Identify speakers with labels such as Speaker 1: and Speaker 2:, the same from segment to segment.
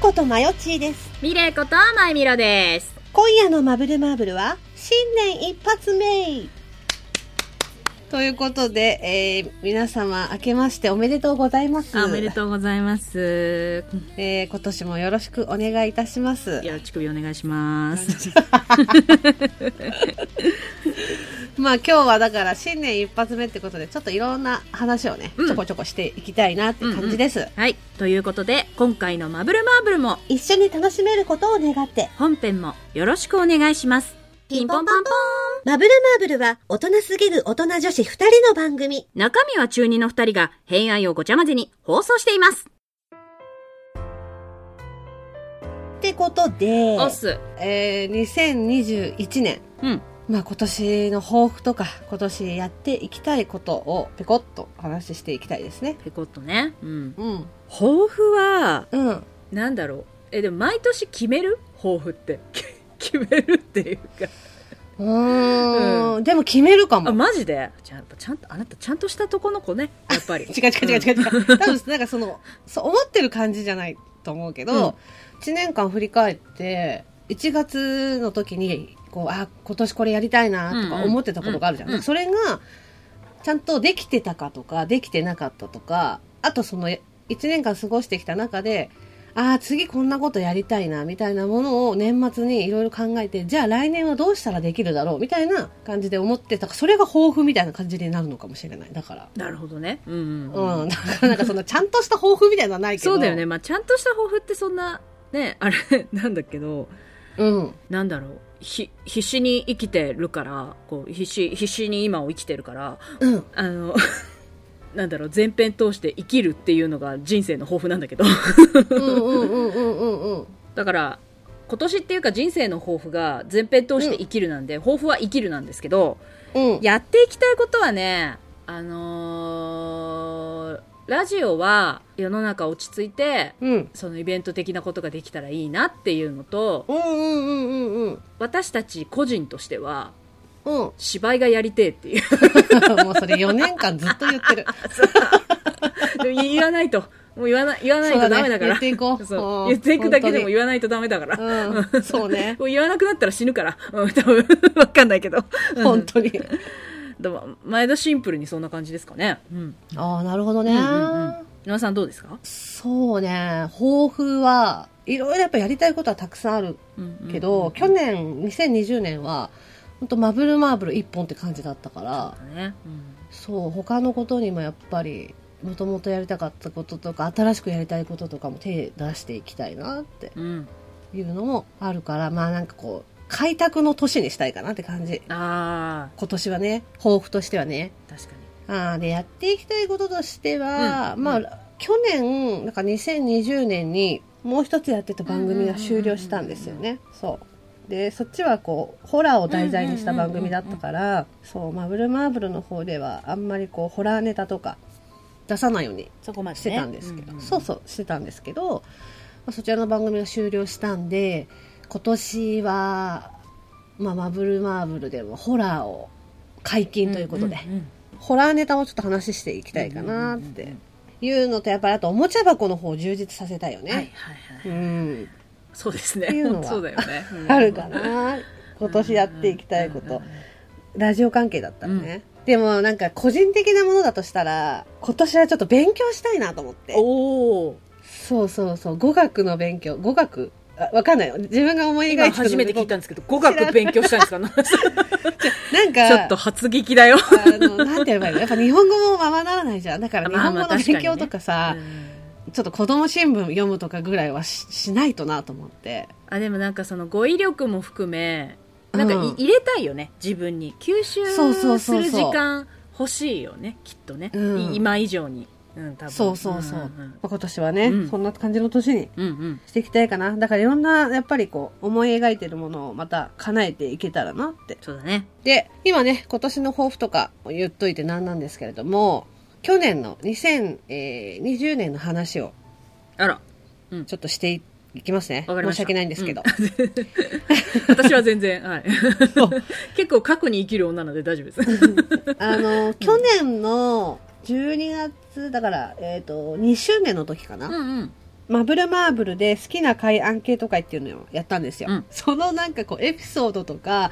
Speaker 1: ことまよちーです。
Speaker 2: ミレイことマイミロです。
Speaker 1: 今夜のマブルマーブルは、新年一発目ということで、えー皆様、明けましておめでとうございます。
Speaker 2: あおめでとうございます。
Speaker 1: えー今年もよろしくお願いいたします。
Speaker 2: よろしくお願いします。
Speaker 1: まあ今日はだから新年一発目ってことで、ちょっといろんな話をね、
Speaker 2: うん
Speaker 1: ちょこちょこしていきたいなって感じです。
Speaker 2: はい。ということで、今回のマブルマーブルも、
Speaker 1: 一緒に楽しめることを願って、
Speaker 2: 本編もよろしくお願いします。ピンポンパンポ
Speaker 1: マブルマーブルは大人すぎる大人女子二人の番組。
Speaker 2: ン中身は中二の二人が、偏愛をごちゃ混ぜに放送しています。
Speaker 1: ってことで、
Speaker 2: おっす。
Speaker 1: えー、2021年。
Speaker 2: うん。
Speaker 1: まあ今年の抱負とか、今年やっていきたいことをペコッとお話ししていきたいですね。
Speaker 2: ペコッとね。うん。
Speaker 1: うん。
Speaker 2: 抱負は、
Speaker 1: うん。
Speaker 2: なんだろう。え、でも毎年決める抱負って。 決めるっていうか。
Speaker 1: うーん。でも決めるか
Speaker 2: あ、
Speaker 1: も。
Speaker 2: マジでじゃあ、やっぱちゃんと、あなたちゃんとしたとこの子ね。やっぱ り。
Speaker 1: 違う違う違う違う違う。多分なんかその、そう思ってる感じじゃないと思うけど、1年間振り返って、1月の時に、こう、あ、今年これやりたいなとか思ってたことがあるじゃん。
Speaker 2: うんうんうん
Speaker 1: それが、ちゃんとできてたかとか、できてなかったとか、あとその、1年間過ごしてきた中で、ああ、次こんなことやりたいな、みたいなものを年末にいろいろ考えて、じゃあ来年はどうしたらできるだろう、みたいな感じで思ってたから、それが抱負みたいな感じになるのかもしれない。だから。
Speaker 2: なるほどね。うんうんうん、
Speaker 1: うん、だからなんかそのちゃんとした抱負みたいなのはないけど
Speaker 2: そうだよね。まあ、ちゃんとした抱負ってそんな、ね、あれ なんだけど、
Speaker 1: うん
Speaker 2: なんだろう。ひ、必死に生きてるから、こう、必死、必死に今を生きてるから、
Speaker 1: うん
Speaker 2: あの、 なんだろう、前編通して生きるっていうのが人生の抱負なんだけど。
Speaker 1: うんうんうんうんうんうん
Speaker 2: だから、今年っていうか人生の抱負が前編通して生きるなんで、抱負は生きるなんですけど、
Speaker 1: うん
Speaker 2: やっていきたいことはね、あのーラジオは世の中落ち着いて、
Speaker 1: うん
Speaker 2: そのイベント的なことができたらいいなっていうのと、
Speaker 1: うんうんうんうんうん
Speaker 2: 私たち個人としては、
Speaker 1: うん も
Speaker 2: 芝居がやりてえってい
Speaker 1: う
Speaker 2: う。
Speaker 1: それ4年間ずっと言ってる
Speaker 2: でも言わないと。もう言わない、言わない
Speaker 1: そ
Speaker 2: と
Speaker 1: うだ
Speaker 2: ダ
Speaker 1: ね
Speaker 2: メだから。
Speaker 1: 言っていこう
Speaker 2: そ
Speaker 1: う
Speaker 2: う
Speaker 1: ん
Speaker 2: 言っていくだけ
Speaker 1: 本
Speaker 2: で
Speaker 1: 当
Speaker 2: も
Speaker 1: に
Speaker 2: 言わないとダメだから。
Speaker 1: うんそう ね
Speaker 2: もう言わなくなったら死ぬから。うん、多分、わかんないけど。うん
Speaker 1: 本当に
Speaker 2: でも、前田シンプルにそんな感じですかね。うん。
Speaker 1: ああなるほどね、
Speaker 2: うんうんうん野田さんどうですか
Speaker 1: そうね抱負はいろいろやっぱやりたいことはたくさんあるけど、去年2020年は本当マブルマーブル一本って感じだったから
Speaker 2: そうだね、うん
Speaker 1: そう他のことにもやっぱりもともとやりたかったこととか新しくやりたいこととかも手出していきたいなって
Speaker 2: うん、
Speaker 1: いうのもあるからまあなんかこう開拓の年にしたいかなって感じ
Speaker 2: ああ
Speaker 1: 今年はね抱負としてはね
Speaker 2: 確かに
Speaker 1: あーでやっていきたいこととしては、
Speaker 2: うん
Speaker 1: まあ、
Speaker 2: うん
Speaker 1: 去年なんか2020年にもう一つやってた番組が終了したんですよね、そうでそっちはこうホラーを題材にした番組だったからそうマブルマーブルの方ではあんまりこうホラーネタとか出さないように
Speaker 2: そこま
Speaker 1: してたんですけど、そう
Speaker 2: そ
Speaker 1: そうしてたんですけど、まあ、そちらの番組が終了したんで今年は、まあ、マブルマーブルでもホラーを解禁ということで、
Speaker 2: んん
Speaker 1: ホラーネタをちょっと話していきたいかなっていうのとやっぱりあとおもちゃ箱の方を充実させたいよ
Speaker 2: うんはい
Speaker 1: ね、
Speaker 2: はいは
Speaker 1: う
Speaker 2: い、
Speaker 1: ん
Speaker 2: そうです
Speaker 1: って
Speaker 2: ね
Speaker 1: いうのは
Speaker 2: そうだよね、うん
Speaker 1: あるかな今年やっていきたいこと、
Speaker 2: うんうんうん
Speaker 1: ラジオ関係だったらね、でもなんか個人的なものだとしたら今年はちょっと勉強したいなと思って
Speaker 2: おお
Speaker 1: そうそうそう語学の勉強語学あわかんないよ自分が思い描いてた
Speaker 2: 今
Speaker 1: のと
Speaker 2: 初めて聞いたんですけど語学勉強したんですかち
Speaker 1: なんか
Speaker 2: ょっと初聞きだよ
Speaker 1: あのなんて言えばいいのやっぱ日本語もままならないじゃんだから日
Speaker 2: まあ
Speaker 1: 本
Speaker 2: まあ
Speaker 1: 語の
Speaker 2: 確か
Speaker 1: 勉
Speaker 2: にね
Speaker 1: 強とかさ、
Speaker 2: うん
Speaker 1: ちょっと子供新聞読むとかぐらいはししないとなと思って
Speaker 2: あでもなんかその語彙力も含めなんかい、
Speaker 1: うん
Speaker 2: 入れたいよね自分に吸
Speaker 1: そうそう
Speaker 2: 収す
Speaker 1: そうそう
Speaker 2: る時間欲しいよねきっとね、
Speaker 1: うん
Speaker 2: い今以上に、うん、多分
Speaker 1: そうそうそう、
Speaker 2: んん
Speaker 1: まあ今年はね、
Speaker 2: うん
Speaker 1: そんな感じの年に
Speaker 2: うんうん
Speaker 1: していきたいかなだからいろんなやっぱりこう思い描いてるものをまた叶えていけたらなって
Speaker 2: そうだね
Speaker 1: で今ね今年の抱負とか言っといてなんなんですけれども去年の2020年の話を
Speaker 2: あら
Speaker 1: ちょっとしていきますね
Speaker 2: わかりま
Speaker 1: 申
Speaker 2: し
Speaker 1: した訳ないんですけど、
Speaker 2: 私は全然はい
Speaker 1: そう
Speaker 2: 結構過去に生きる女なので大丈夫で す
Speaker 1: あの去年の12月だから、えっと2周年の時かな、
Speaker 2: うんうん
Speaker 1: マブルマーブルで好きな回アンケート会っていうのをやったんですよ。
Speaker 2: うん
Speaker 1: そのなんかこうエピソードとか、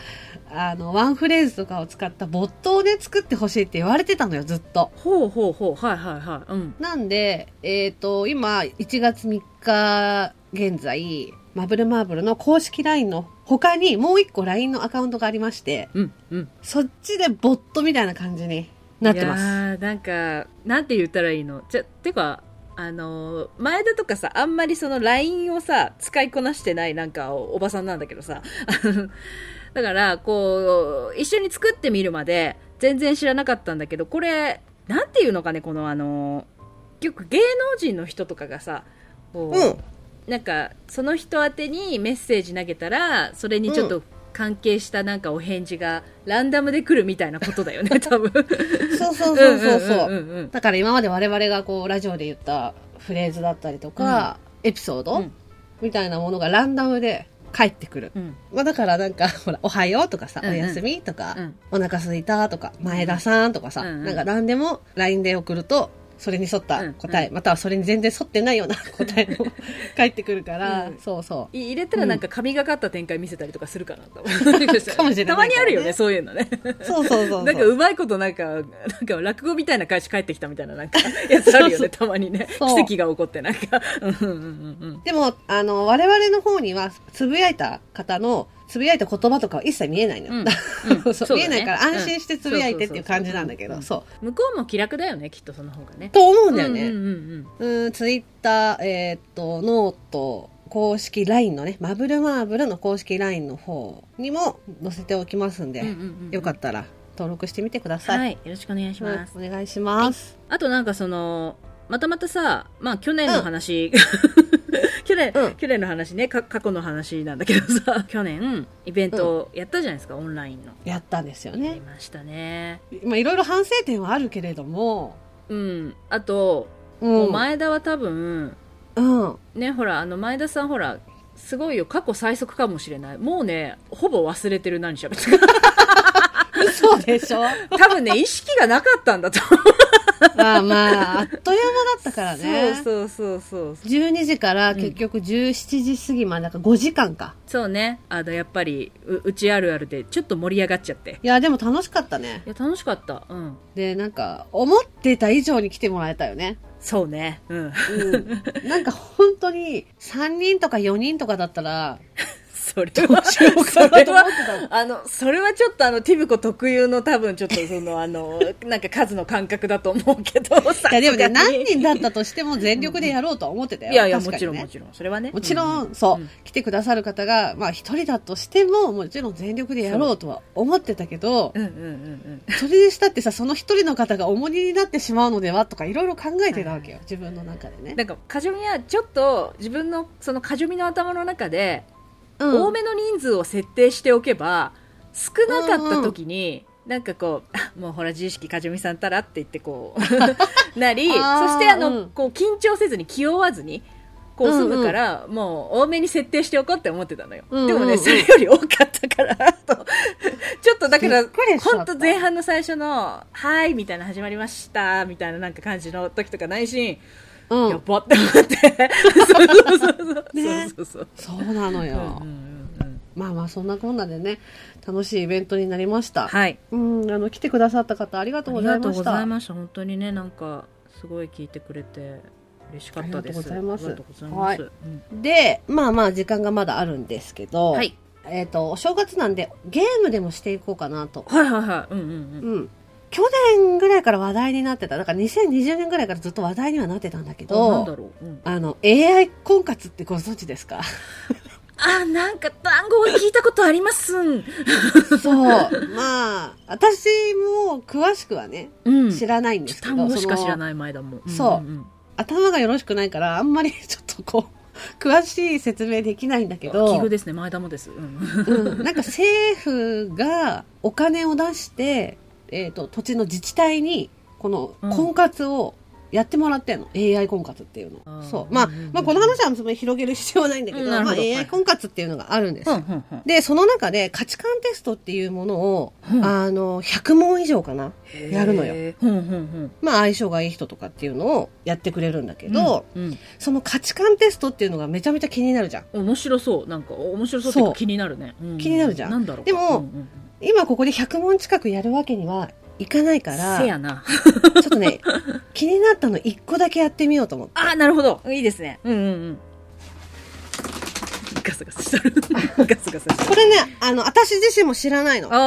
Speaker 1: あの、ワンフレーズとかを使ったボットをね、作ってほしいって言われてたのよ、ずっと。
Speaker 2: ほうほうほう。はいはいはい。うん。
Speaker 1: なんで、えっ、と、今、1月3日現在、マブルマーブルの公式 LINE の他にもう一個 LINE のアカウントがありまして、
Speaker 2: うん。うん。
Speaker 1: そっちでボットみたいな感じになってます
Speaker 2: いや。ーなんか、なんて言ったらいいのじゃ、てか、あのー前田とかさ、あんまりその LINE をさ、使いこなしてないなんかおおばさんなんだけどさ、 あのだから、こう、一緒に作ってみるまで、全然知らなかったんだけど、これ、なんていうのかね、このあのー結局芸能人の人とかがさ、こう、
Speaker 1: うん
Speaker 2: なんか、その人宛てにメッセージ投げたら、それにちょっと関係したなんかお返事がランダムで来るみたいなことだよね、多分。
Speaker 1: そうそうそうそうそう。
Speaker 2: んんんん
Speaker 1: だから今まで我々がこうラジオで言ったフレーズだったりとか、エピソード、
Speaker 2: うん
Speaker 1: みたいなものがランダムで返ってくる。
Speaker 2: うん
Speaker 1: まあだからなんか、 ほら、おはようとかさ、
Speaker 2: うんうん
Speaker 1: おやすみとか、
Speaker 2: うん
Speaker 1: お腹すいたとか、前田さんとかさ、
Speaker 2: うんうん
Speaker 1: なんか何でも LINE で送ると、それに沿った答え、
Speaker 2: う
Speaker 1: またはそれに全然沿ってないよ うな答えも返ってくるから、
Speaker 2: うん
Speaker 1: そうそう。
Speaker 2: い入れたらなんか神がかった展開見せたりとかするかなと思
Speaker 1: かもしれ
Speaker 2: う
Speaker 1: ないからね
Speaker 2: たまにあるよねそういうのね
Speaker 1: そうそうそうそう。
Speaker 2: なんかうまいことなんかなんか落語みたいな返し返ってきたみたいななんか やつあるよ
Speaker 1: そうそう
Speaker 2: ねたまにね奇
Speaker 1: そう
Speaker 2: 跡が起こってなんかうんうんうんうん
Speaker 1: でも、あの、我々の方には、つぶやいた方の、つぶやいた言葉とかは一切見えないのよ。
Speaker 2: うん
Speaker 1: そう
Speaker 2: そうだね
Speaker 1: 見えないから
Speaker 2: うん
Speaker 1: 安心してつぶやいてっていう感じなんだけ
Speaker 2: う
Speaker 1: ど、
Speaker 2: ん
Speaker 1: そう。
Speaker 2: 向こうも気楽だよねきっとその方がね
Speaker 1: と思うんだよ
Speaker 2: うん
Speaker 1: ね。
Speaker 2: うんうん
Speaker 1: うん、ツイッター、えーっと、ノート、公式 LINE のね、マブルマーブルの公式 LINE の方にも載せておきますんで、
Speaker 2: うんうんうんうん
Speaker 1: よかったら登録してみてください。
Speaker 2: はいよろしくお願いします
Speaker 1: うんお願いします。
Speaker 2: あとなんかその、またまたさ、まあ去年の話、 去年、
Speaker 1: うん
Speaker 2: 去年の話ねか、過去の話なんだけど さ、去年、イベントやったじゃないですか、オンラインの。
Speaker 1: やったんですよ
Speaker 2: やり
Speaker 1: ね。
Speaker 2: ましたね。
Speaker 1: まあ、いろいろ反省点はあるけれども、
Speaker 2: うん。あと、
Speaker 1: う
Speaker 2: もう前田は多分、
Speaker 1: うん。
Speaker 2: ね、ほら、あの前田さんほら、すごいよ、過去最速かもしれない。もうね、ほぼ忘れてる何 喋ってたか。
Speaker 1: そうでしょ
Speaker 2: 多分ね、意識がなかったんだと
Speaker 1: まあまあ、あっという間だったから
Speaker 2: 思う。
Speaker 1: ね。
Speaker 2: そうそうそうそう。
Speaker 1: 12時から結局17時過ぎまで、なんか5時間か。
Speaker 2: そうね、あの、やっぱりう、うちあるあるで、ちょっと盛り上がっちゃって。
Speaker 1: いや、でも楽しかったね
Speaker 2: い。や楽しかったうん
Speaker 1: で、なんか、思ってた以上に来てもらえたよね。
Speaker 2: そうねうん
Speaker 1: うん。なんか本当に、3人とか4人とかだったら、
Speaker 2: それは
Speaker 1: しよう
Speaker 2: そ
Speaker 1: かな
Speaker 2: れ
Speaker 1: と思
Speaker 2: は
Speaker 1: ってた
Speaker 2: あのそれはちょっとあのティブコ特有の多分ちょっと そのあのなんか数の感覚だと思うけど
Speaker 1: いやでもね、何
Speaker 2: い
Speaker 1: 人だったとしても全力でやろうとは思ってたよ。
Speaker 2: やいや、
Speaker 1: 確
Speaker 2: も
Speaker 1: か
Speaker 2: ち
Speaker 1: に
Speaker 2: ろん
Speaker 1: ね
Speaker 2: もちろんそれはね
Speaker 1: もちろ、
Speaker 2: うん
Speaker 1: そう、
Speaker 2: うん
Speaker 1: 来てくださる方が、まあ一人だとしても、もちろん全力でやろうとは思ってたけど、
Speaker 2: うんうんうんうん
Speaker 1: それでしたってさ、その一人の方が重荷になってしまうのではとか、いろいろ考えてたわけよ、自分の中でね。
Speaker 2: なんかカジョミはちょっと自分のそのカジョミの頭の中で、
Speaker 1: うん
Speaker 2: 多めの人数を設定しておけば少なかった時に、なんかこうあもうほら自意識かじみさんたらって言ってこ うなりそ
Speaker 1: あー
Speaker 2: してあの、
Speaker 1: うん
Speaker 2: こう緊張せずに気負わずにこう済むから、もう多めに設定しておこうって思ってたのよ、
Speaker 1: うんうんう
Speaker 2: で
Speaker 1: ん
Speaker 2: もねそれより多かったから とちょっとだから
Speaker 1: びっくりしちゃった
Speaker 2: 本当前半の最初の「はい」みたいな始まりましたみたいななんか感じの時とか内心、
Speaker 1: うん
Speaker 2: やばって思って そう そうそうそう、
Speaker 1: ね
Speaker 2: そうそうそう
Speaker 1: そうなのよ、
Speaker 2: うんうんうんうん
Speaker 1: まあまあそんなこんなでね楽しいイベントになりました、
Speaker 2: はい
Speaker 1: うんあの来てくださった方ありがとうご
Speaker 2: あり
Speaker 1: ざ
Speaker 2: が
Speaker 1: い
Speaker 2: と
Speaker 1: ま
Speaker 2: うご
Speaker 1: した
Speaker 2: ざいました。本当にね、なんか、すごい聞いてくれて、嬉しかったで
Speaker 1: あり
Speaker 2: す。
Speaker 1: がとうございます
Speaker 2: ありがとうございますうん
Speaker 1: でまあまあ時間がまだあるんですけど、
Speaker 2: はい。
Speaker 1: えっ、とお正月なんでゲームでもしていこうかなと
Speaker 2: はいはいはい。うんうんうん。
Speaker 1: うん去年ぐらいから話題になってただから2020年ぐらいからずっと話題にはなってたんだけ
Speaker 2: あなんだ
Speaker 1: ど
Speaker 2: ろう。うん
Speaker 1: あの AI 婚活ってご存知です か
Speaker 2: あ、なんか単語を聞いたことあります。うん。
Speaker 1: そうまあ私も詳しくはね知らないんですけど、
Speaker 2: 単語しか知ら
Speaker 1: い
Speaker 2: ない前だもん。
Speaker 1: そうん
Speaker 2: んん
Speaker 1: 頭がよろしくないから、あんまりちょっとこう、 詳しい説明できないんだけ
Speaker 2: 奇
Speaker 1: ど
Speaker 2: 遇、ですね、前田もです。うん
Speaker 1: うん、なんか政府がお金を出して、えっ、と、土地の自治体に、この
Speaker 2: うん
Speaker 1: 婚活をやってもらってんの AI 婚活っていう
Speaker 2: あ
Speaker 1: の
Speaker 2: ー
Speaker 1: そうまあ
Speaker 2: うんうんうん
Speaker 1: まあこの話はそんなに広げる必要はないんだけど,、
Speaker 2: うんなる
Speaker 1: ま
Speaker 2: ほ
Speaker 1: あ、
Speaker 2: どはい
Speaker 1: AI 婚活っていうのがあるんです
Speaker 2: うん
Speaker 1: よ、
Speaker 2: うんうん
Speaker 1: でその中で価値観テストっていうものを、
Speaker 2: うん
Speaker 1: あの100問以上かな
Speaker 2: へー
Speaker 1: やるのよ
Speaker 2: うんうんうん
Speaker 1: まあ相性がいい人とかっていうのをやってくれるんだけど、
Speaker 2: うんうん
Speaker 1: その価値観テストっていうのがめちゃめちゃ気になるじゃん
Speaker 2: 面白そうなんか面白そうっていう
Speaker 1: そう
Speaker 2: か気になるね、うん
Speaker 1: 気になるじゃん
Speaker 2: なんだろう
Speaker 1: でも
Speaker 2: うんうんうん
Speaker 1: 今ここで100問近くやるわけにはいかないから
Speaker 2: せやな
Speaker 1: ちょっとね、気になったの1個だけやってみようと思って。
Speaker 2: あーなるほどいいですねうんうんうんガサガサしてるガサガサして
Speaker 1: こ
Speaker 2: る
Speaker 1: れね、あの、私自身も知らないの。
Speaker 2: あ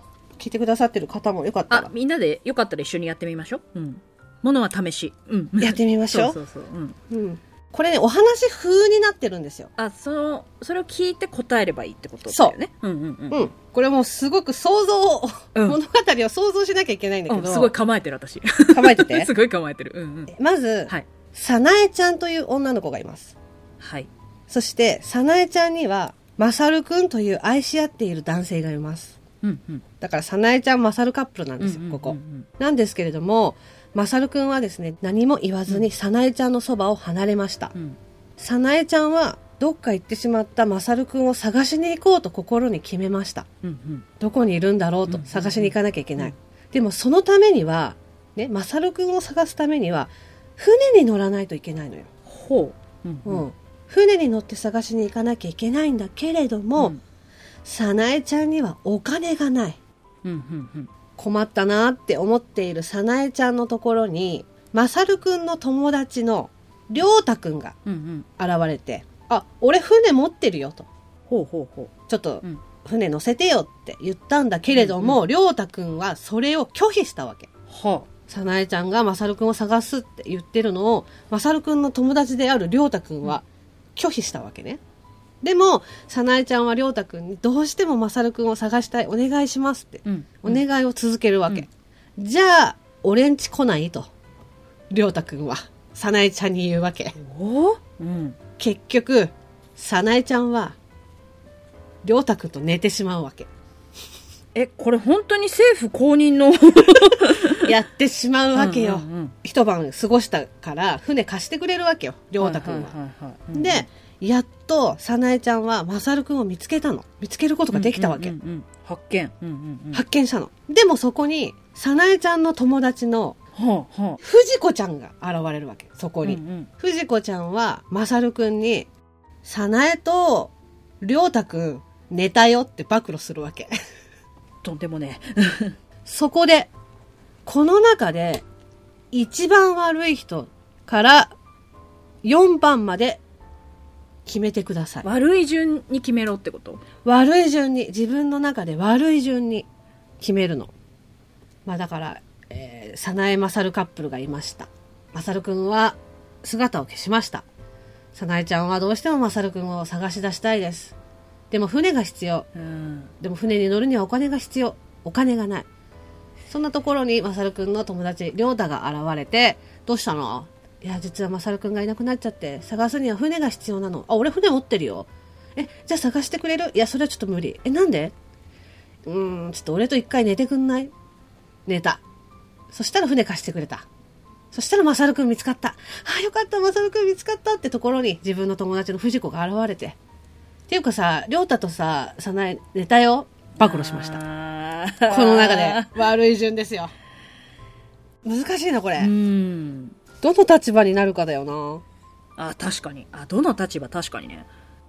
Speaker 2: ー
Speaker 1: 聞いてくださってる方もよかった
Speaker 2: あ
Speaker 1: ら、
Speaker 2: みんなでよかったら一緒にやってみましょううんものは試しうん
Speaker 1: やってみましょ。
Speaker 2: そううそうそう、うん、
Speaker 1: うんこれね、お話風になってるんですよ。
Speaker 2: あそのそれを聞いて答えればいいってことだよねうんうんうん
Speaker 1: うん。これもうすごく想像を、
Speaker 2: うん
Speaker 1: 物語を想像しなきゃいけないんだけ
Speaker 2: うん
Speaker 1: ど、
Speaker 2: すごい構えてる私
Speaker 1: 構えてて
Speaker 2: す。ごい構えてるうんうん
Speaker 1: まず、
Speaker 2: はい
Speaker 1: さなえちゃんという女の子がいます。
Speaker 2: はい
Speaker 1: そして、さなえちゃんには、まさるくんという愛し合っている男性がいます。
Speaker 2: うんうん
Speaker 1: だから、さなえちゃん、まさるカップルなん
Speaker 2: う
Speaker 1: で
Speaker 2: ん
Speaker 1: すよ、ここ。
Speaker 2: うんうん
Speaker 1: なんですけれども、まさるくんはですね、何も言わずに、さなえちゃんのそばを離れました
Speaker 2: う。ん
Speaker 1: さなえちゃんは、どっか行ってしまったまさるくんを探しに行こうと心に決めました。
Speaker 2: うんうん
Speaker 1: どこにいるんだろう
Speaker 2: う
Speaker 1: と
Speaker 2: ん
Speaker 1: 探しに行かなきゃいけな
Speaker 2: う
Speaker 1: い
Speaker 2: ん。
Speaker 1: でもそのためには、ね、まさるくんを探すためには、船に乗らないといけないのよ。
Speaker 2: ほううん
Speaker 1: うん。船に乗って探しに行かなきゃいけないんだけれども、さなえちゃんにはお金がない。
Speaker 2: うんうんうん
Speaker 1: 困ったなって思っているさなえちゃんのところに、まさるくんの友達のりょうたくんが
Speaker 2: うんうん
Speaker 1: 現れて、あ、俺船持ってるよと。
Speaker 2: ほうほうほ
Speaker 1: ちょっと
Speaker 2: うん
Speaker 1: 船乗せてよって言ったんだけれども、りょうたくんはそれを拒否したわけ。
Speaker 2: うは
Speaker 1: さなえちゃんがまさるくんを探すって言ってるのを、まさるくんの友達であるりょうたくんは拒否したわけね。でも、さなえちゃんはりょうたくんにどうしてもまさるくんを探したい、お願いしますって
Speaker 2: あうん
Speaker 1: お願いを続けるわけ。じゃあ、俺んち来ないと。りょうたくんは、さなえちゃんに言うわけ。
Speaker 2: おうん
Speaker 1: 結局、さなえちゃんは、りょうたくんと寝てしまうわ け。
Speaker 2: えこれ本当に政府公認の
Speaker 1: やってしまうわけよ。
Speaker 2: うんうんうん
Speaker 1: 一晩過ごしたから、船貸してくれるわけよ、りょうたくんは。
Speaker 2: いいはいはい
Speaker 1: で、やっと、さなえちゃんは、まさるくんを見つけたの。見つけることができたわけ。
Speaker 2: うんうんうんうん発見うんうんうん
Speaker 1: 発見したの。でもそこに、さなえちゃんの友達の、
Speaker 2: はあはあ
Speaker 1: 藤子ちゃんが現れるわけ、そこに。
Speaker 2: うんうん
Speaker 1: 藤子ちゃんは、まさるくんに、さなえと、りょうたくん、寝たよって暴露するわけ。
Speaker 2: とんでもね
Speaker 1: そこで、この中で、一番悪い人から、4番まで、決めてください。
Speaker 2: 悪い順に決めろってこと
Speaker 1: 悪い順に、自分の中で悪い順に決めるの。まあだから、えー、さなえまさるカップルがいました。まさるくんは姿を消しました。さなえちゃんはどうしてもまさるくんを探し出したいです。でも船が必要。
Speaker 2: うん
Speaker 1: でも船に乗るにはお金が必要。お金がない。そんなところにまさるくんの友達、りょうたが現れて、どうしたのいや、実はまさるくんがいなくなっちゃって、探すには船が必要なの。あ、俺船持ってるよ。え、じゃあ探してくれるいや、それはちょっと無理。え、なんでうーん、ちょっと俺と一回寝てくんない寝た。そしたら船貸してくれた。そしたらまさるくん見つかった。あ、よかった、まさるくん見つかったってところに自分の友達の藤子が現れて。っていうかさ、りょうたとさ、さなえ、寝たよ。暴露しました。
Speaker 2: た
Speaker 1: この中で悪い順ですよ難しいなこれ、
Speaker 2: うん
Speaker 1: どの立場になるかだよな
Speaker 2: あ確かにあどの立場確かにね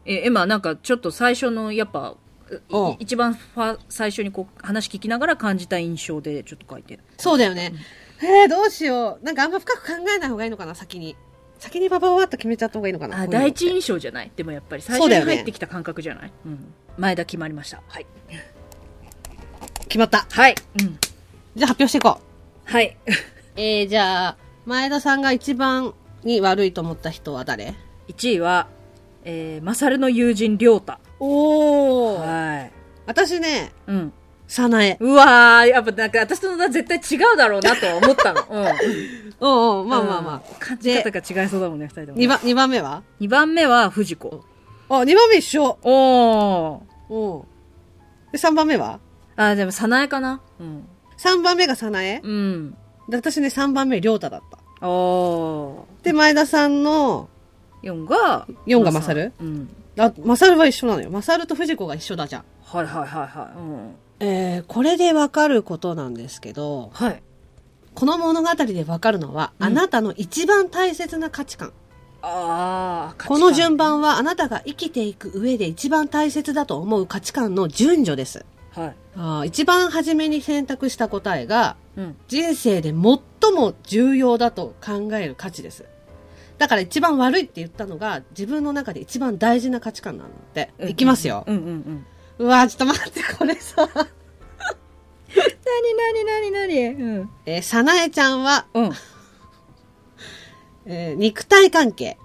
Speaker 2: え今なんかちょっと最初のやっぱい
Speaker 1: うん
Speaker 2: 一番ファ最初にこう話聞きながら感じた印象でちょっと書いてる
Speaker 1: そうだよね、えー、どうしようなんかあんま深く考えない方がいいのかな先に先にバババッと決めちゃった方がいいのかな
Speaker 2: あ
Speaker 1: こういうの
Speaker 2: 第
Speaker 1: って
Speaker 2: 一印象じゃないでもやっぱり最
Speaker 1: そう
Speaker 2: 初
Speaker 1: だ
Speaker 2: に
Speaker 1: よね
Speaker 2: 入ってきた感覚じゃない、うん、前田決まりましたはい
Speaker 1: 決まった
Speaker 2: はい、うん、
Speaker 1: じゃあ発表していこう
Speaker 2: はい
Speaker 1: えー、じゃあ前田さんが一番に悪いと思った人は誰
Speaker 2: 1位は、えー、マサルの友人亮太
Speaker 1: お
Speaker 2: はい
Speaker 1: 私ね
Speaker 2: うん、
Speaker 1: 早苗
Speaker 2: うわーやっぱなんか私と野田絶対違うだろうなとは思ったの、 うん、
Speaker 1: うんうんまあまあま
Speaker 2: うん
Speaker 1: あ、
Speaker 2: 感じ方が違いそうだもんね二人とも
Speaker 1: 二番二番目は
Speaker 2: 2番目は藤子
Speaker 1: あ二番目一緒
Speaker 2: おお
Speaker 1: うんで三番目は
Speaker 2: あでも早苗かなうん、
Speaker 1: 三番目が早苗
Speaker 2: うん、
Speaker 1: で私ね、3番目、りょうただった。
Speaker 2: あー
Speaker 1: で、前田さんの、
Speaker 2: 4が
Speaker 1: 4が勝る
Speaker 2: うん
Speaker 1: あ、マサルは一緒なのよ。マサルと藤子が一緒だじゃん。
Speaker 2: はいはいはいはいうん
Speaker 1: えー、これでわかることなんですけど、
Speaker 2: はい
Speaker 1: この物語でわかるのは、
Speaker 2: うん
Speaker 1: あなたの一番大切な価値観。
Speaker 2: ああ
Speaker 1: この順番はあなたが生きていく上で一番大切だと思う価値観の順序です。
Speaker 2: はい
Speaker 1: あー一番初めに選択した答えが、
Speaker 2: うん
Speaker 1: 人生で最も重要だと考える価値です。だから一番悪いって言ったのが、自分の中で一番大事な価値観なので、
Speaker 2: うん
Speaker 1: いきますよ。
Speaker 2: うんうんうん
Speaker 1: うわーちょっと待って、これさ。
Speaker 2: なになになになにうん
Speaker 1: えー、さなえちゃんは、
Speaker 2: うん
Speaker 1: えー肉体関 係。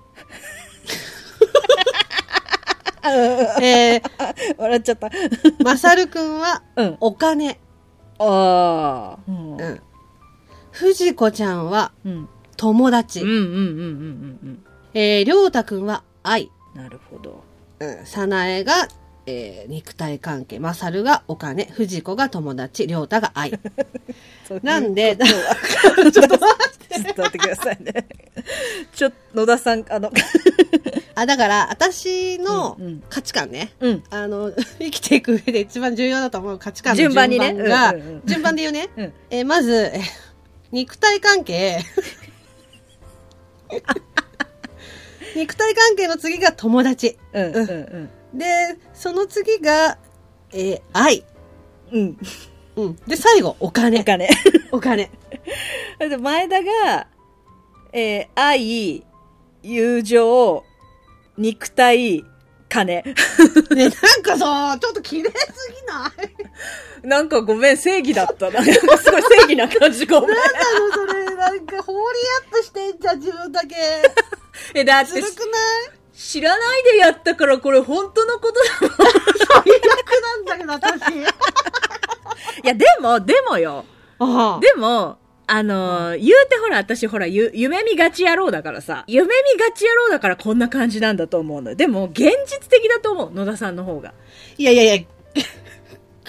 Speaker 2: あ
Speaker 1: え
Speaker 2: 笑っちゃった
Speaker 1: ー、まさるくんは、
Speaker 2: うん
Speaker 1: お金。
Speaker 2: ああうん
Speaker 1: う、ん。藤子ちゃんは、
Speaker 2: うん
Speaker 1: 友
Speaker 2: うんうん
Speaker 1: 達。
Speaker 2: うんうんうん
Speaker 1: えー、りょうたくんは、愛。
Speaker 2: うんなるほど
Speaker 1: うん。さなえが、えー、肉体関係。まさるがお金。藤子が友達。りょうたが 愛。なんで、 だ
Speaker 2: ちょっと待って、ちょっと待ってくださいね。ちょっと、野田さん、あの、
Speaker 1: あ、だから、私の
Speaker 2: うんうん
Speaker 1: 価値観ね。
Speaker 2: うん。
Speaker 1: あの、 生きていく上で一番重要だと思う価値観の順
Speaker 2: 順
Speaker 1: 番
Speaker 2: 番
Speaker 1: が、
Speaker 2: にねうんうんうん
Speaker 1: 順番で言うね。
Speaker 2: うん
Speaker 1: えーまず、 えー肉体関係。 肉体関係の次が友達。
Speaker 2: うん、うん、
Speaker 1: で、その次が、えー愛。
Speaker 2: うん。
Speaker 1: うん。で、最後、お
Speaker 2: なん
Speaker 1: 金。
Speaker 2: かね。
Speaker 1: お金。
Speaker 2: で、前田が、えー愛、友情、肉体、金。
Speaker 1: ね、なんかさ、ちょっと綺麗すぎない
Speaker 2: なんかごめん、正義だったな。なんかすごい正義な感じが。ごめん
Speaker 1: なんだろう、それ。なんか、ホーリーアップしてんじゃん、自分だけ。
Speaker 2: え、だっ
Speaker 1: ずる
Speaker 2: て
Speaker 1: く、ない
Speaker 2: 知らないでやったから、これ本当のことだもん。
Speaker 1: 最悪なんだけど、私。
Speaker 2: いや、でも、でもよ。
Speaker 1: ああ。
Speaker 2: でも、あのー言うてほら、私ほら、ゆ、夢見がち野郎だからさ、夢見がち野郎だからこんな感じなんだと思うのよ。でも、現実的だと思う、野田さんの方が。
Speaker 1: いやいやいや。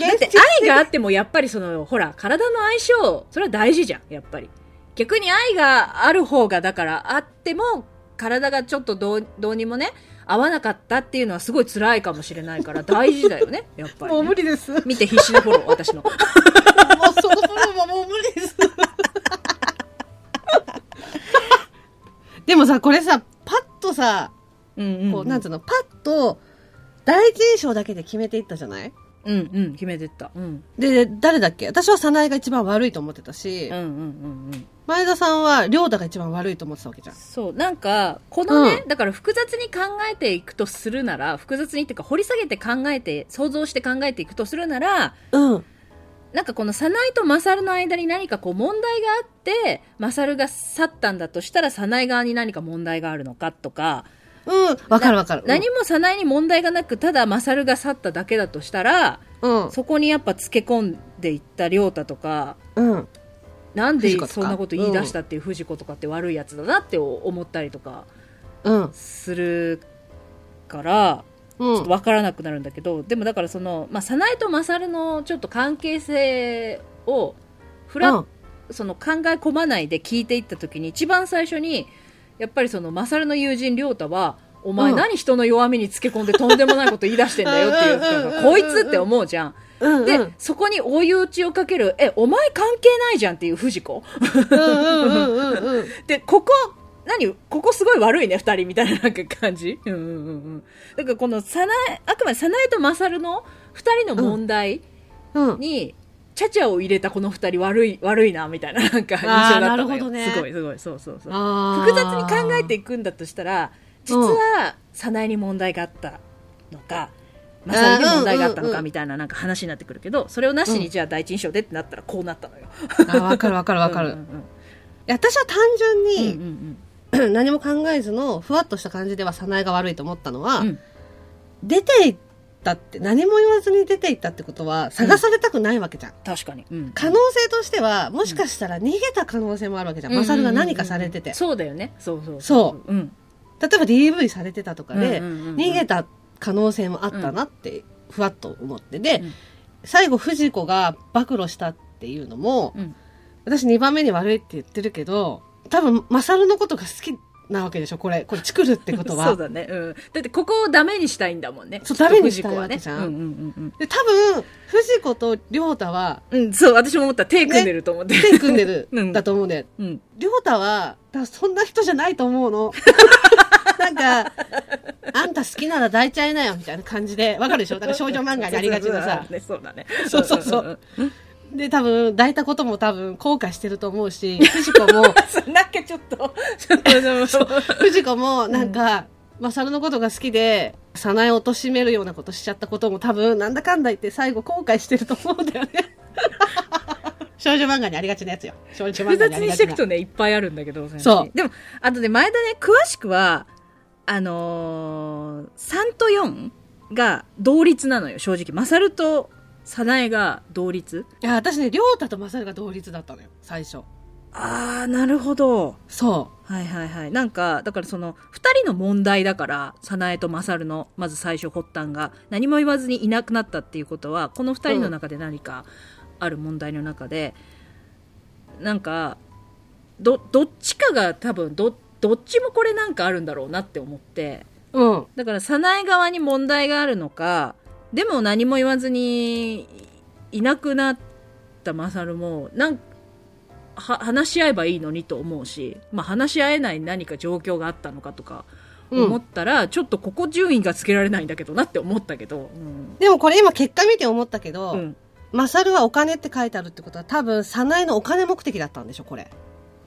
Speaker 2: だって、愛があっても、やっぱりその、ほら、体の相性、それは大事じゃん、やっぱり。逆に愛がある方が、だから、あっても、体がちょっとどう、どうにもね、合わなかったっていうのはすごい辛いかもしれないから、大事だよね、やっぱり ね、
Speaker 1: もう無理です。もう
Speaker 2: 見て必死なフォロー、私の。
Speaker 1: そのフォローはもう無理です。 でもさ、これさ、パッとさ、
Speaker 2: うんうん、
Speaker 1: こう、なんつうの、パッと、第一印象だけで決めていったじゃない
Speaker 2: うんうん、決めてった。うん。
Speaker 1: で、誰だっけ私は早苗が一番悪いと思ってたし、
Speaker 2: うんうんうんうん。
Speaker 1: 前田さんは亮太が一番悪いと思ってたわけじゃん。
Speaker 2: そう、なんか、このね、
Speaker 1: う
Speaker 2: だから複雑に考えていくとするなら、複雑にっていうか掘り下げて考えて、想像して考えていくとするなら、
Speaker 1: うん。
Speaker 2: なんかこのサナイとマサルの間に何かこう問題があって、マサルが去ったんだとしたらサナイ側に何か問題があるのかとか、
Speaker 1: うん。わかるわかる。
Speaker 2: 何もサナイに問題がなく、ただマサルが去っただけだとしたら、
Speaker 1: うん。
Speaker 2: そこにやっぱ付け込んでいった亮太とか、
Speaker 1: うん。
Speaker 2: なんで
Speaker 1: 藤子とか
Speaker 2: そんなこと言い出したっていう藤子とかって悪いやつだなって思ったりとか
Speaker 1: うん。
Speaker 2: するから、
Speaker 1: う
Speaker 2: ちょっ
Speaker 1: ん
Speaker 2: と。分からなくなるんだけどでもだからその、まあ、早苗と勝のちょっと関係性をフラ、
Speaker 1: うん
Speaker 2: その考え込まないで聞いていった時に一番最初にやっぱりその勝の友人亮太は「お前
Speaker 1: うん
Speaker 2: 何人の弱みにつけ込んでとんでもないこと言い出してんだよ」っていう
Speaker 1: うんうんうんうん
Speaker 2: なんかこいつって思うじゃん。
Speaker 1: うん。
Speaker 2: で、
Speaker 1: うん
Speaker 2: そこに追い打ちをかける「えお前関係ないじゃん」っていう藤子。
Speaker 1: うんうんうんうんうん。
Speaker 2: で、ここ、何ここすごい悪いね、二人みたいななんか感じ。うんうんうんうん。だからこの、さなえ、あくまでさなえとまさるの二人の問題
Speaker 1: うん。
Speaker 2: に、ちゃちゃを入れたこの二人悪い、悪いな、みたいななんか印象だったのよ。
Speaker 1: あーなるほどね
Speaker 2: すごいすごい、そうそうそう。
Speaker 1: あ
Speaker 2: 複雑に考えていくんだとしたら、実は、さなえに問題があったのか、まさるに問題があったの
Speaker 1: あーうんうんう
Speaker 2: か
Speaker 1: ん
Speaker 2: みたいななんか話になってくるけど、それをなし
Speaker 1: うん
Speaker 2: にじゃあ第一印象でってなったらこうなったのよ。
Speaker 1: あわかるわかるわかる。
Speaker 2: うんうんうん
Speaker 1: いや私は単
Speaker 2: うん
Speaker 1: 純
Speaker 2: うん
Speaker 1: に、
Speaker 2: うん。
Speaker 1: 何も考えずのふわっとした感じでは早苗が悪いと思ったのは、
Speaker 2: うん
Speaker 1: 出ていったって何も言わずに出ていったってことは探されたくないわけじゃん、
Speaker 2: 確かに。うん
Speaker 1: 可能性としてはもしかしたら逃げた可能性もあるわけじゃん、マサルが何かされてて、
Speaker 2: そうだよねそうそう、
Speaker 1: そう
Speaker 2: うん、
Speaker 1: 例えば DV されてたとかで、
Speaker 2: うんうんうんうん
Speaker 1: 逃げた可能性もあったなってふわっと思ってで、
Speaker 2: うん
Speaker 1: 最後藤子が暴露したっていうのも、
Speaker 2: うん
Speaker 1: 私2番目に悪いって言ってるけど多分マサルのことが好きなわけでしょこれこれチクるってことは
Speaker 2: そうだね、うん、だってここをダメにしたいんだもんね
Speaker 1: そう
Speaker 2: きっと
Speaker 1: ダメにしたい
Speaker 2: 藤子は
Speaker 1: わけじゃん
Speaker 2: ね、うんうんうん
Speaker 1: で多分藤子と亮太は
Speaker 2: うん、うん、そう私も思った手組んでると思って、
Speaker 1: 手組んでる
Speaker 2: うん
Speaker 1: だと思うね
Speaker 2: うん、
Speaker 1: 亮太は多分そんな人じゃないと思う のなんかあんた好きなら抱いちゃいなよみたいな感じでわかるでしょだから少女漫画にありがちのさ
Speaker 2: ねそうだね
Speaker 1: そうそうそうん
Speaker 2: んん
Speaker 1: で多分抱いたことも多分後悔してると思うし藤子 も
Speaker 2: なんかちょっと、ちょっとでも、
Speaker 1: 藤子もなんか、マサルのことが好きで、早苗を貶としめるようなことしちゃったことも多分、なんだかんだ言って最後後悔してると思うんだよね。少女漫画にありがちなやつよ。少女
Speaker 2: 複
Speaker 1: 漫画に
Speaker 2: 雑
Speaker 1: あり
Speaker 2: に
Speaker 1: が
Speaker 2: して
Speaker 1: ち
Speaker 2: い
Speaker 1: な
Speaker 2: く。とね、いっぱいあるんだけど、
Speaker 1: そう
Speaker 2: でも、あとね、前田ね、詳しくは、あのー、3と4が同率なのよ、正直。マサルとサナエが同率。
Speaker 1: いや、私ね、りょうたとマサルが同率だったのよ、最初。
Speaker 2: あー、なるほど。
Speaker 1: そ
Speaker 2: はいはいはい。なんか、だからその、二人の問題だから、サナエとマサルの、まず最初発端が、何も言わずにいなくなったっていうことは、この二人の中で何かある問題の中で、なんか、ど、どっちかが多分、ど、どっちもこれなんかあるんだろうなって思って、
Speaker 1: う。うん。
Speaker 2: だから、サナエ側に問題があるのか、でも何も言わずにいなくなったマサルも、なんは話し合えばいいのにと思うし、まあ、話し合えない何か状況があったのかとか
Speaker 1: うん
Speaker 2: 思ったら、ちょっとここ順位がつけられないんだけどなって思ったけど、うん
Speaker 1: でもこれ今結果見て思ったけど、
Speaker 2: うん
Speaker 1: マサルはお金って書いてあるってことは多分、サナエのお金目的だったんでしょ、これ。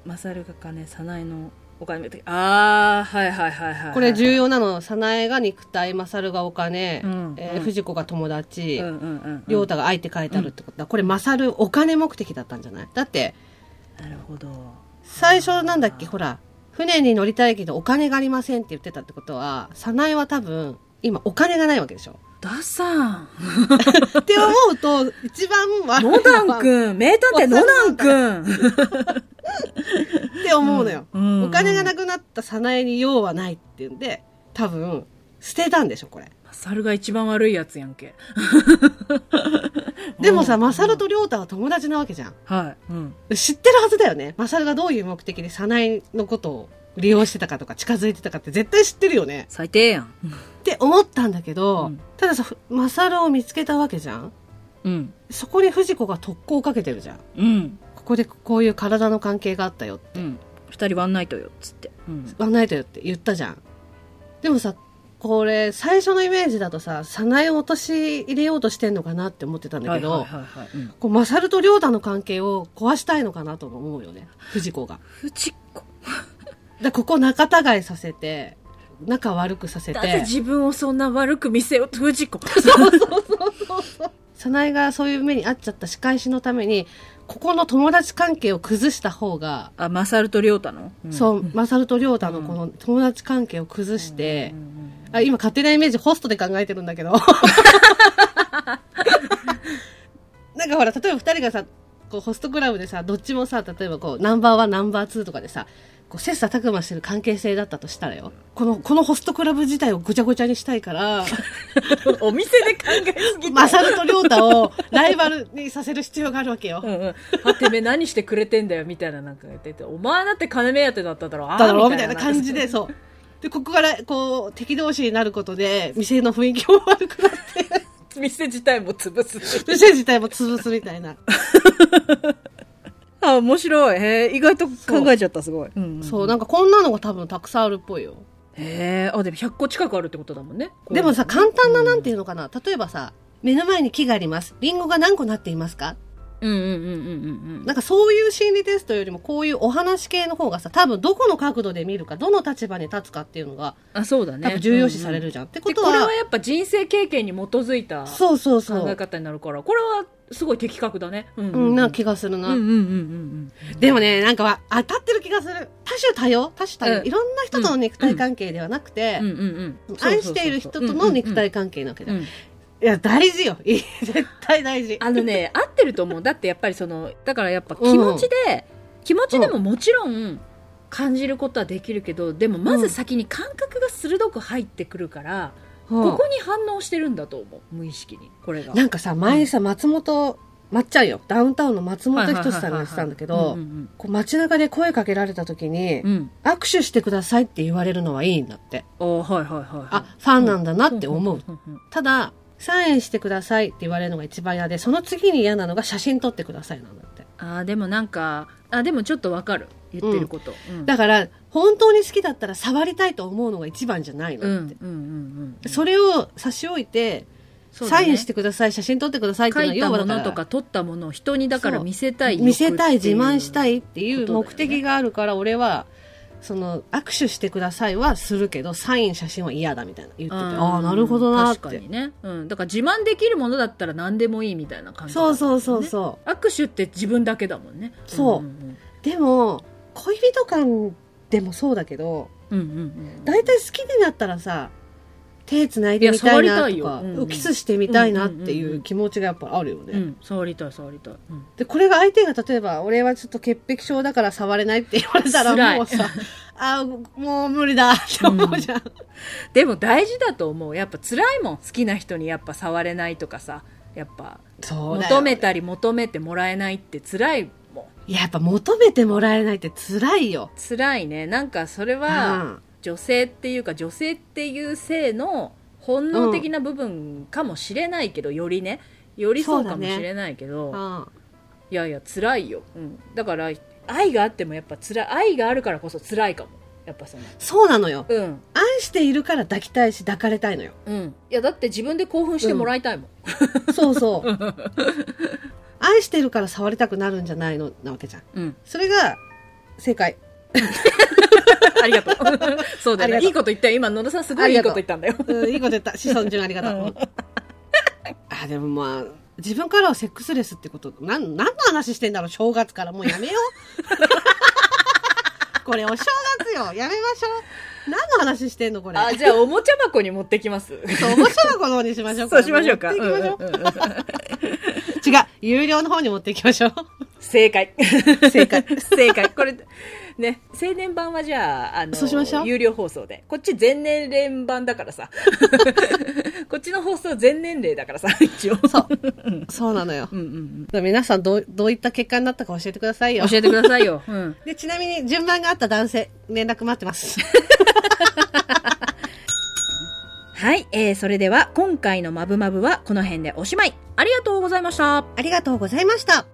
Speaker 2: マサルが金サナエのお金目的ああはいはいはいはい
Speaker 1: これ重要なの。サナエが肉体、マサルがお金、
Speaker 2: うん
Speaker 1: えー
Speaker 2: うん
Speaker 1: 藤子が友達、
Speaker 2: うんうんうんうん
Speaker 1: りょうたが愛って書いてあるってことだ。これ、勝るお金目的だったんじゃないだって、
Speaker 2: なるほど
Speaker 1: 最初なんだっけ、ほら、船に乗りたいけどお金がありませんって言ってたってことは、早苗は多分、今お金がないわけで しょ。
Speaker 2: ダさん
Speaker 1: って思うと、一番 悪いの
Speaker 2: ノダン
Speaker 1: は
Speaker 2: くん名探偵ノダン くん
Speaker 1: って思うのよ。
Speaker 2: うんうん
Speaker 1: お金がなくなった早苗に用はないっていうんで、多分、捨てたんでしょ、これ。
Speaker 2: マサルが一番悪いやつやんけ
Speaker 1: でもさ、
Speaker 2: うん
Speaker 1: 勝と亮太は友達なわけじゃん。
Speaker 2: はい、うん、
Speaker 1: 知ってるはずだよね。勝がどういう目的で早苗のことを利用してたかとか近づいてたかって絶対知ってるよね。
Speaker 2: 最低やん
Speaker 1: って思ったんだけど、
Speaker 2: うん
Speaker 1: たださふマサルを見つけたわけじゃん
Speaker 2: うん
Speaker 1: そこに藤子が特攻をかけてるじゃん
Speaker 2: うん
Speaker 1: ここでこういう体の関係があったよ
Speaker 2: うん、2人ワンナイトよっつって、うん、
Speaker 1: ワンナイトよって言ったじゃんでもさこれ最初のイメージだとさ早苗を落とし入れようとしてんのかなって思ってたんだけど、
Speaker 2: はいはいはいはいうん、
Speaker 1: こうマサルと亮太の関係を壊したいのかなとも思うよね藤子が
Speaker 2: 藤子
Speaker 1: でここ仲違いさせて仲悪くさせ
Speaker 2: だって
Speaker 1: て
Speaker 2: 自分をそんな悪く見せようと 藤子
Speaker 1: 早苗がそういう目に遭っちゃった仕返しのためにここの友達関係を崩した方が、
Speaker 2: あマサルと亮太の、うん
Speaker 1: そうマサルと亮太のこの友達関係を崩して、あ今勝手なイメージホストで考えてるんだけ どなんかほら例えば2人がさこうホストクラブでさどっちもさ例えばこうナンバーワンナンバーツーとかでさこう切磋琢磨してる関係性だったとしたらよこのこのホストクラブ自体をごちゃごちゃにしたいから。
Speaker 2: お店で考えすぎて
Speaker 1: マサルとリョータをライバルにさせる必要があるわけよ。
Speaker 2: うんうん、あてめえ何してくれてんだよみたいななんか言っててお前だって金目当てだっただろあー
Speaker 1: だろうみたいな感じで、そう。で、ここから、こう、敵同士になることで、 店の雰囲気も悪くなって、
Speaker 2: 店自体も潰す
Speaker 1: 店自体も潰すみたいな。
Speaker 2: あ面白いへえ意外と考えちゃったすごい、うんうん
Speaker 1: そう、なんかこんなのが多分たくさんあるっぽいよ。
Speaker 2: へえあでも100個近くあるってことだもんね
Speaker 1: でもさ、簡単ななんていうのかな。例えばさ、目の前に木があります。リンゴが何個なっていますか
Speaker 2: うんうんうんうんうん
Speaker 1: なんかそういう心理テストよりもこういうお話系の方がさ、多分どこの角度で見るか、どの立場に立つかっていうのが
Speaker 2: あそうだね
Speaker 1: 多分重要視されるじゃん。ってこ
Speaker 2: で
Speaker 1: と
Speaker 2: これ
Speaker 1: は
Speaker 2: は、やっぱ人生経験に基づいた考
Speaker 1: そうそうそう。
Speaker 2: え方になるからこれはすごい的確だねうんう
Speaker 1: うんん、
Speaker 2: う
Speaker 1: なん
Speaker 2: ん
Speaker 1: か気がするな。
Speaker 2: うんうんうん
Speaker 1: でもね、なんかわ当たってる気がする。多種多様多種多様、
Speaker 2: うん
Speaker 1: いろんな人との肉体関係ではなくて、
Speaker 2: うんうんうんうん
Speaker 1: 愛している人との肉体関係なわけじ
Speaker 2: う
Speaker 1: ゃ
Speaker 2: ん
Speaker 1: ん。
Speaker 2: うんうん
Speaker 1: いや、大事よ。いい絶対大事。
Speaker 2: あのね合ってると思うだってやっぱりそのだからやっぱ気持ちで気持ちでももちろん感じることはできるけどでもまず先に感覚が鋭く入ってくるから
Speaker 1: うん
Speaker 2: ここに反応してるんだと思う無意識にこれが
Speaker 1: なんかさ、前にさ、松本まっちゃんよダウンタウンの松本人志さんがや
Speaker 2: はいはいはいはいはい
Speaker 1: ってたんだけ
Speaker 2: う
Speaker 1: ど
Speaker 2: んうん
Speaker 1: こう街中で声かけられた時に、
Speaker 2: うんうん
Speaker 1: 握手してくださいって言われるのはいいんだって
Speaker 2: あはいはいはいはい
Speaker 1: あファンなんだなって思う、
Speaker 2: んんん
Speaker 1: ただサインしてくださいって言われるのが一番嫌でその次に嫌なのが写真撮ってくださいなんだって
Speaker 2: あーでもなんかあでもちょっとわかる言ってること、うん、
Speaker 1: だから本当に好きだったら触りたいと思うのが一番じゃないの
Speaker 2: うんう
Speaker 1: っ
Speaker 2: ん
Speaker 1: て、
Speaker 2: うんうんうん
Speaker 1: それを差し置いて、
Speaker 2: そうだ
Speaker 1: サ
Speaker 2: ね
Speaker 1: インしてください写真撮ってくださいって
Speaker 2: 書
Speaker 1: いうのはい
Speaker 2: た
Speaker 1: 要は
Speaker 2: も
Speaker 1: だから
Speaker 2: のとか撮ったものを人にだから見せたい
Speaker 1: 見せたい自慢した
Speaker 2: い
Speaker 1: いっていう目的があるから俺はその握手してくださいはするけどサイン写真は嫌だみたいな言っててああなるほどなっ
Speaker 2: 確かに
Speaker 1: て
Speaker 2: ね、うん、だから自慢できるものだったら何でもいいみたいな感じだった
Speaker 1: そ
Speaker 2: も
Speaker 1: う
Speaker 2: んね、
Speaker 1: そうそうそう
Speaker 2: 握手って自分だけだもんね
Speaker 1: そうんうでも恋人間でもそうだけど
Speaker 2: うんうんうんうんうん
Speaker 1: 大体好きになったらさ手つないでみたいなとか
Speaker 2: いや触りたいようんうん
Speaker 1: キスしてみたいなっていう気持ちがやっぱあるよ
Speaker 2: う
Speaker 1: ね
Speaker 2: ん、触りたい触りたい、うん
Speaker 1: でこれが相手が例えば俺はちょっと潔癖症だから触れないって言われた
Speaker 2: 辛
Speaker 1: ら
Speaker 2: い
Speaker 1: もうさあーもう無理だって思うじゃん
Speaker 2: でも大事だと思うやっぱ辛いもん好きな人にやっぱ触れないとかさやっぱ
Speaker 1: そうだよ
Speaker 2: 求めたり求めてもらえないって辛いもん
Speaker 1: いややっぱ求めてもらえないって辛いよ。
Speaker 2: 辛いねなんかそれ
Speaker 1: う
Speaker 2: は
Speaker 1: ん
Speaker 2: 女性っていうか女性っていう性の本能的な部分かもしれないけど、よりねよりそうかもしれないけど、
Speaker 1: うん
Speaker 2: いやいや辛いよ、うん、だから愛があってもやっぱ辛い愛があるからこそ辛いかもやっぱその
Speaker 1: そうなのよ。
Speaker 2: うん
Speaker 1: 愛しているから抱きたいし抱かれたいのよ。
Speaker 2: うんいやだって自分で興奮してもらいたいもん、
Speaker 1: そうそう。 愛しているから触りたくなるんじゃないのなわけじゃん。
Speaker 2: うん、
Speaker 1: それが正解。
Speaker 2: ありがとう そうだよ
Speaker 1: あ
Speaker 2: ね
Speaker 1: りがとう
Speaker 2: いいこと言ったよ今野田さんすごいいいこと言ったんだよ
Speaker 1: うん、いいこと言った。子孫順ありがとう。
Speaker 2: うん
Speaker 1: うん あ、でもまあ、自分からはセックスレスってこと、なん、何の話してんだろう、正月から。もうや めよう。これお正月よ。やめましょう。何の話してんの、これ。
Speaker 2: あじゃあおもちゃ箱に持ってきます
Speaker 1: そう、面白いことにしましょう。
Speaker 2: そうしましょうか
Speaker 1: 持っていきましょう。
Speaker 2: うんうんうん
Speaker 1: 違う、有料の方に持っていきましょう。
Speaker 2: 正解。
Speaker 1: 正解。
Speaker 2: 正解。これ、ね、青年版はじゃあ、あの、
Speaker 1: そうしましょう
Speaker 2: 有料放送で。こっち全年齢版だか らさ。こっちの放送全年齢だからさ、一応。
Speaker 1: そう。そうなのよ。
Speaker 2: うんうん
Speaker 1: 皆さんどう、どういった結果になったか教えてください
Speaker 2: うん。
Speaker 1: よ。
Speaker 2: 教えてくださいよ。 うん。
Speaker 1: で、ちなみに順番があった男性、連絡待ってます。
Speaker 2: はい、えー、それでは今回のマブマブはこの辺でおしまい。ありがとうございました。
Speaker 1: ありがとうございました。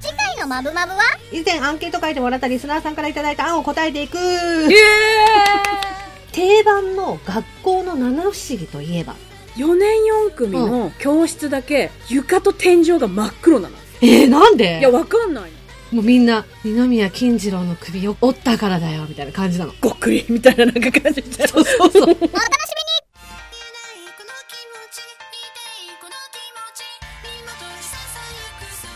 Speaker 3: 次回のマブマブは
Speaker 1: 以前アンケート書いてもらったリスナーさんからいただいた案を答えていく。
Speaker 2: え
Speaker 1: 定番の学校の七不思議といえば。
Speaker 2: ー、!4 年4組の教室だけ床と天井が真っ黒なの。
Speaker 1: えー、なんで
Speaker 2: いや、わかんないの。
Speaker 1: もうみんな、二宮金次郎の首を折ったからだよ、みたいな感じなの。
Speaker 2: ごっくりみたいななんか感じで。
Speaker 1: そうそ
Speaker 3: この
Speaker 1: うそう。
Speaker 3: 気持ち見ていいこの気持ち今とささゆくそ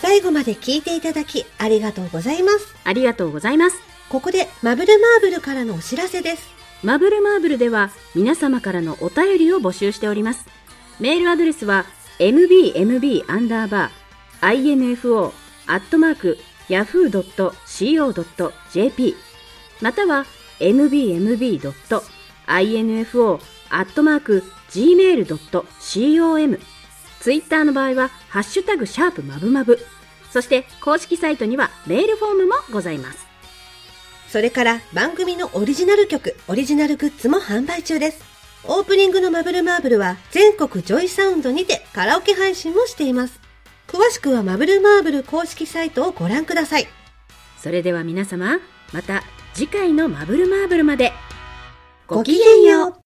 Speaker 3: れ
Speaker 1: 最後まで聞いていただきありがとうございます。
Speaker 2: ありがとうございます。
Speaker 1: ここでマブルマーブルからのお知らせです。
Speaker 2: マブルマーブルでは皆様からのお便りを募集しております。メールアドレスは mbmb-info-yahoo.co.jp または mbmb.info-gmail.com ツイッターの場合はハッシュタグシャープマブマブそして公式サイトにはメールフォームもございます。
Speaker 1: それから番組のオリジナル曲、オリジナルグッズも販売中です。オープニングのマブルマーブルは全国ジョイサウンドにてカラオケ配信もしています。詳しくはマブルマーブル公式サイトをご覧ください。
Speaker 2: それでは皆様また次回の「マブルマーブル」まで
Speaker 1: ごきげんよう。